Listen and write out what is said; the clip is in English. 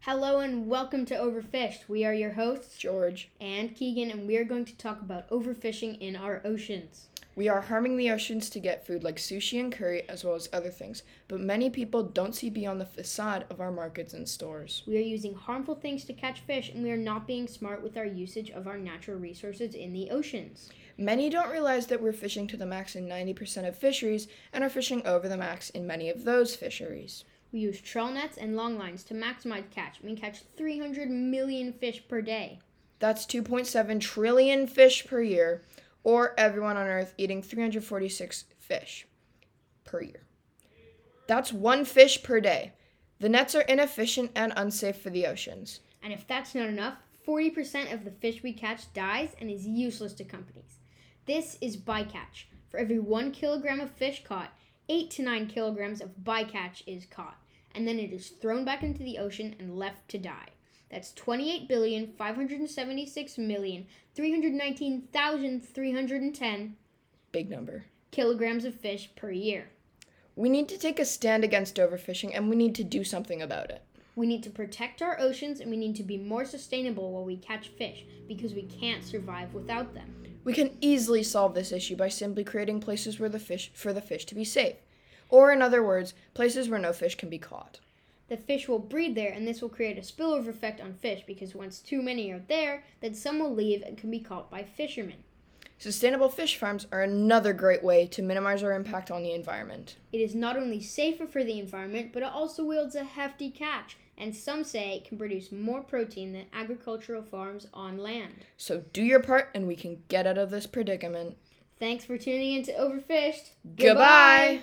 Hello and welcome to Overfished. We are your hosts George, and Keegan, and we are going to talk about overfishing in our oceans. we are harming the oceans to get food like sushi and curry, as well as other things, but many people don't see beyond the facade of our markets and stores. We are using harmful things to catch fish, and we are not being smart with our usage of our natural resources in the oceans. Many don't realize that we're fishing to the max in 90% of fisheries and are fishing over the max in many of those fisheries. We use trawl nets and long lines to maximize catch. We catch 300 million fish per day. That's 2.7 trillion fish per year, or everyone on Earth eating 346 fish per year. That's one fish per day. The nets are inefficient and unsafe for the oceans. And if that's not enough, 40% of the fish we catch dies and is useless to companies. This is bycatch. For every one kilogram of fish caught, eight to nine kilograms of bycatch is caught, and then it is thrown back into the ocean and left to die. That's 28,576,319,310 Big number. kilograms of fish per year. We need to take a stand against overfishing and we need to do something about it. We need to protect our oceans and we need to be more sustainable while we catch fish because we can't survive without them. We can easily solve this issue by simply creating places where the fish for the fish to be safe. Or in other words, places where no fish can be caught. The fish will breed there, and this will create a spillover effect on fish because once too many are there, then some will leave and can be caught by fishermen. Sustainable fish farms are another great way to minimize our impact on the environment. It is not only safer for the environment, but it also wields a hefty catch, and some say it can produce more protein than agricultural farms on land. So do your part and we can get out of this predicament. Thanks for tuning in to Overfished. Goodbye.